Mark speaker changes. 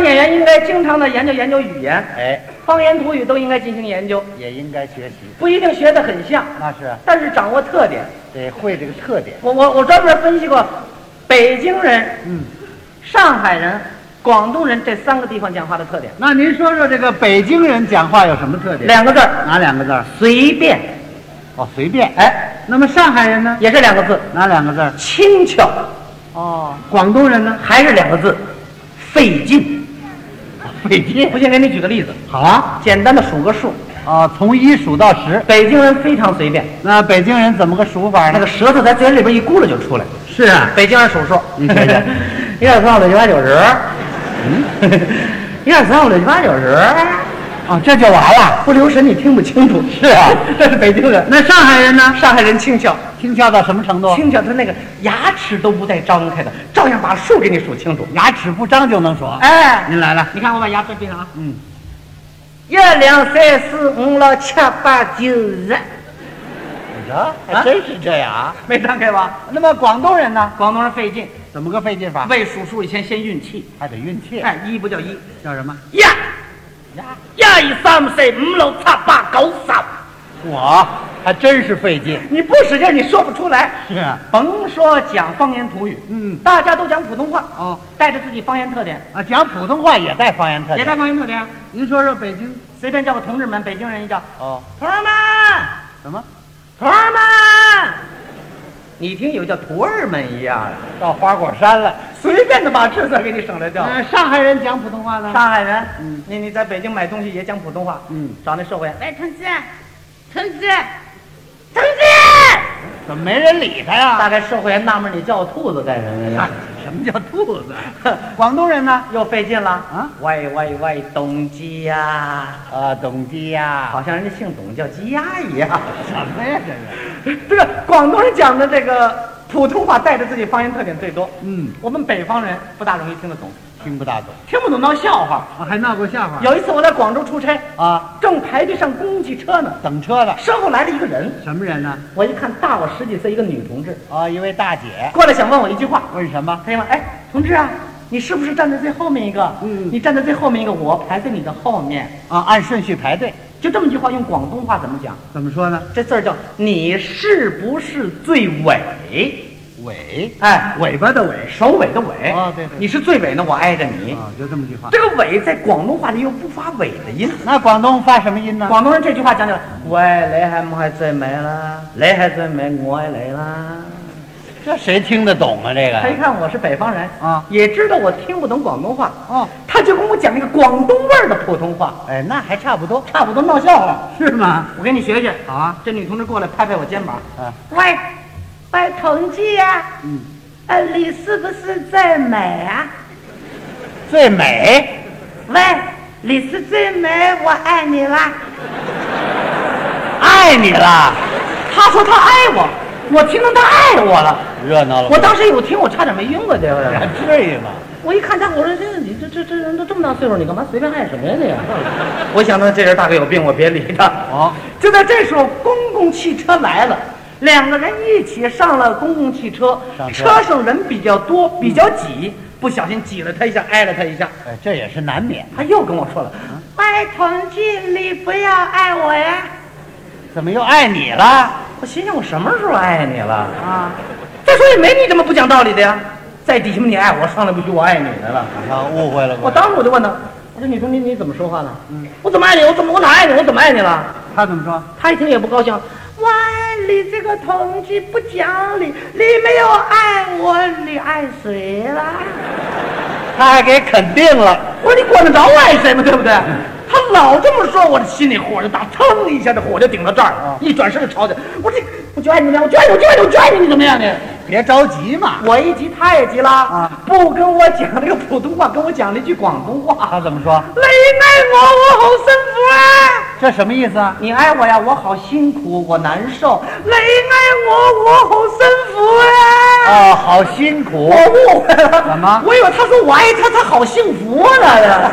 Speaker 1: 年应该经常的研究研究语言，
Speaker 2: 哎，
Speaker 1: 方言土语都应该进行研究，
Speaker 2: 也应该学习，
Speaker 1: 不一定学得很像，
Speaker 2: 那是啊
Speaker 1: 但是掌握特点。
Speaker 2: 得会这个特点。
Speaker 1: 我我我专门分析过，北京人、
Speaker 2: 嗯，
Speaker 1: 上海人、广东人这三个地方讲话的特点，
Speaker 2: 那您说说这个北京人讲话有什么特点？
Speaker 1: 两个字儿，
Speaker 2: 哪两个字儿？
Speaker 1: 随便，
Speaker 2: 哦，随便。
Speaker 1: 哎，
Speaker 2: 那么上海人呢？
Speaker 1: 也是两个字，
Speaker 2: 哪两个字儿？
Speaker 1: 轻巧，
Speaker 2: 哦，广东人呢？
Speaker 1: 还是两个字，费劲。
Speaker 2: 费劲。
Speaker 1: 不信，给你举个例子，
Speaker 2: 好啊，
Speaker 1: 简单的数个数，
Speaker 2: 哦，从一数到十。
Speaker 1: 北京人非常随便，
Speaker 2: 那北京人怎么个数法呢？
Speaker 1: 那个舌头在嘴里边一咕噜就出来了。
Speaker 2: 是啊，
Speaker 1: 北京人数数，
Speaker 2: 你瞧 瞧
Speaker 1: 一二三五六七八九十，
Speaker 2: 嗯，
Speaker 1: 一二三五六七八九十，
Speaker 2: 哦，这就完了。
Speaker 1: 不留神你听不清楚。
Speaker 2: 是啊
Speaker 1: 这是北京人。
Speaker 2: 那上海人呢？
Speaker 1: 上海人轻巧，
Speaker 2: 轻巧到什么程度？
Speaker 1: 轻巧他那个牙齿都不带张开的，照样把数给你数清楚。
Speaker 2: 牙齿不张就能数。
Speaker 1: 哎，
Speaker 2: 您来了。
Speaker 1: 你看我把牙齿闭上啊，
Speaker 2: 嗯，
Speaker 1: 一两三四五六七八九十，
Speaker 2: 你瞧，还真是这样啊。
Speaker 1: 没张开吧？
Speaker 2: 那么广东人呢？
Speaker 1: 广东人啊费劲，
Speaker 2: 怎么个费劲法？
Speaker 1: 为数数以前先运气，
Speaker 2: 还得运气。
Speaker 1: 哎，一不叫一，
Speaker 2: 叫什么？
Speaker 1: 呀
Speaker 2: 呀，
Speaker 1: 呀一三四五六七八九十。
Speaker 2: 我还真是费劲。
Speaker 1: 你不使劲儿，你说不出来。
Speaker 2: 是啊
Speaker 1: 甭说讲方言土语，
Speaker 2: 嗯
Speaker 1: 大家都讲普通话，
Speaker 2: 哦，
Speaker 1: 带着自己方言特点，
Speaker 2: 啊，讲普通话也带方言特啊
Speaker 1: 也
Speaker 2: 点。
Speaker 1: 带方言特点。
Speaker 2: 您说说北京
Speaker 1: 随便叫个同志们，北京人一叫
Speaker 2: 哦，
Speaker 1: 徒儿们，
Speaker 2: 什么
Speaker 1: 徒儿们，你听有叫徒儿们一样的，
Speaker 2: 到花果山了？
Speaker 1: 随便的把这字儿给你省略掉。
Speaker 2: 呃，上海人讲普通话呢？
Speaker 1: 上海人，
Speaker 2: 嗯
Speaker 1: 你你在北京买东西也讲普通话，
Speaker 2: 嗯，
Speaker 1: 找那售货员，
Speaker 3: 喂，同志，同志，同志，
Speaker 2: 怎么没人理他呀？
Speaker 1: 大概售货员纳闷儿你叫我兔子干什么呀？
Speaker 2: 什么叫兔子？ 广东人呢？
Speaker 1: 又费劲了
Speaker 2: 啊！
Speaker 1: 喂喂喂，董鸡呀！
Speaker 2: 啊，董鸡呀？
Speaker 1: 好像人家姓董叫鸡鸭一样。
Speaker 2: 什么呀？这是？
Speaker 1: 这个广东人讲的这个普通话带着自己方言特点最多。
Speaker 2: 嗯，
Speaker 1: 我们北方人不大容易听得懂，
Speaker 2: 听不大懂
Speaker 1: 听不懂闹笑话。
Speaker 2: 啊，还闹过笑话
Speaker 1: 有一次我在广州出差，
Speaker 2: 啊，
Speaker 1: 正排队上公共汽车呢，
Speaker 2: 等车的
Speaker 1: 身后来了一个人，
Speaker 2: 什么人呢？
Speaker 1: 我一看大我十几岁一个女同志，
Speaker 2: 啊，一位大姐
Speaker 1: 过来想问我一句话，
Speaker 2: 问什么？
Speaker 1: 她就问：“哎，同志啊，你是不是站在最后面一个？
Speaker 2: 嗯
Speaker 1: 你站在最后面一个，我排在你的后面。
Speaker 2: 啊，按顺序排队，”
Speaker 1: 就这么一句话，用广东话怎么讲？
Speaker 2: 怎么说呢？
Speaker 1: 这字儿叫“你是不是最尾
Speaker 2: 尾”？
Speaker 1: 哎，
Speaker 2: 尾巴的尾
Speaker 1: 首尾的尾
Speaker 2: 啊对对
Speaker 1: 你是最尾呢，我挨着你。
Speaker 2: 啊，就这么句话。
Speaker 1: 这个尾在广东话里又不发尾的音。
Speaker 2: 那广东发什么音呢？
Speaker 1: 广东人这句话讲起来，喂，你系唔系最美啦？你系最美，我爱你啦。
Speaker 2: 这谁听得懂啊？这
Speaker 1: 他一
Speaker 2: 个
Speaker 1: 看我是北方人
Speaker 2: 啊
Speaker 1: 也知道我听不懂广东话，
Speaker 2: 哦，
Speaker 1: 他就跟我讲那个广东味儿的普通话，
Speaker 2: 哎，那还差不多，
Speaker 1: 差不多闹笑话。
Speaker 2: 是吗？
Speaker 1: 我给你学学。
Speaker 2: 好啊，
Speaker 1: 这女同志过来拍拍我肩膀，
Speaker 2: 啊，
Speaker 3: 喂，喂，同志啊，
Speaker 2: 嗯，
Speaker 3: 呃，你是不是最美啊？
Speaker 2: 最美。
Speaker 3: 喂，你是最美，我爱你啦！
Speaker 2: 爱你了，
Speaker 1: 她说她爱我，我听着她爱我了。
Speaker 2: 热闹了
Speaker 1: 我当时一听，我差点没晕过去。我
Speaker 2: 还至于吗？
Speaker 1: 我一看他，我说这你这这这人都这么大岁数，你干嘛随便爱什么 呀你？我想到这人大概有病，我别理他。
Speaker 2: 哦，
Speaker 1: 就在这时候，公共汽车来了，两个人一起上了公共汽车，
Speaker 2: 上车嗯
Speaker 1: 车上人比较多，比较挤，不小心挤了他一下，挨了他一下，
Speaker 2: 哎，这也是难免。
Speaker 1: 他又跟我说了，
Speaker 2: 嗯
Speaker 3: 喂，同志，你不要爱我呀！
Speaker 2: 怎么又爱你了？
Speaker 1: 我心想我什么时候爱你了？
Speaker 3: 啊，
Speaker 1: 再说也没你这么不讲道理的呀，在底下你爱我，上来不许我爱你来了。
Speaker 2: 啊，误会了，
Speaker 1: 我当时我就问他，我说你说你你怎么说话呢？
Speaker 2: 嗯
Speaker 1: 我怎么爱你？我怎么我哪爱你？我怎么爱你了？
Speaker 2: 他怎么说？
Speaker 1: 他一听也不高兴，
Speaker 3: 喂，你这个同志不讲理，你没有爱我，你爱谁啦？
Speaker 2: 他还给肯定了。
Speaker 1: 我说你管得着我爱谁吗？对不对？他老这么说，我这心里火就打，腾一下这火就顶到这儿了
Speaker 2: 啊，
Speaker 1: 一转身就吵起来。我说你，我就爱你怎么样？我就爱你，我就爱你，我就爱你，你怎么样你？
Speaker 2: 别着急嘛。
Speaker 1: 我一急，他也急了，
Speaker 2: 啊
Speaker 1: 不跟我讲这个普通话，跟我讲了一句广东话。
Speaker 2: 他怎么说？
Speaker 1: 你爱我，我好幸福啊！
Speaker 2: 这什么意思啊？
Speaker 1: 你爱我呀，我好辛苦，我难受。你爱我，我好幸福啊！
Speaker 2: 哦，好辛苦
Speaker 1: 我误会了，
Speaker 2: 怎么
Speaker 1: 啊我以为他说我爱他，他好幸福呢。